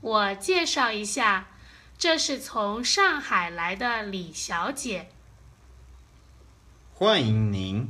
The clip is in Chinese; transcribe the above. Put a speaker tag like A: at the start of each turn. A: 我介绍一下，这是从上海来的李小姐。
B: 欢迎您，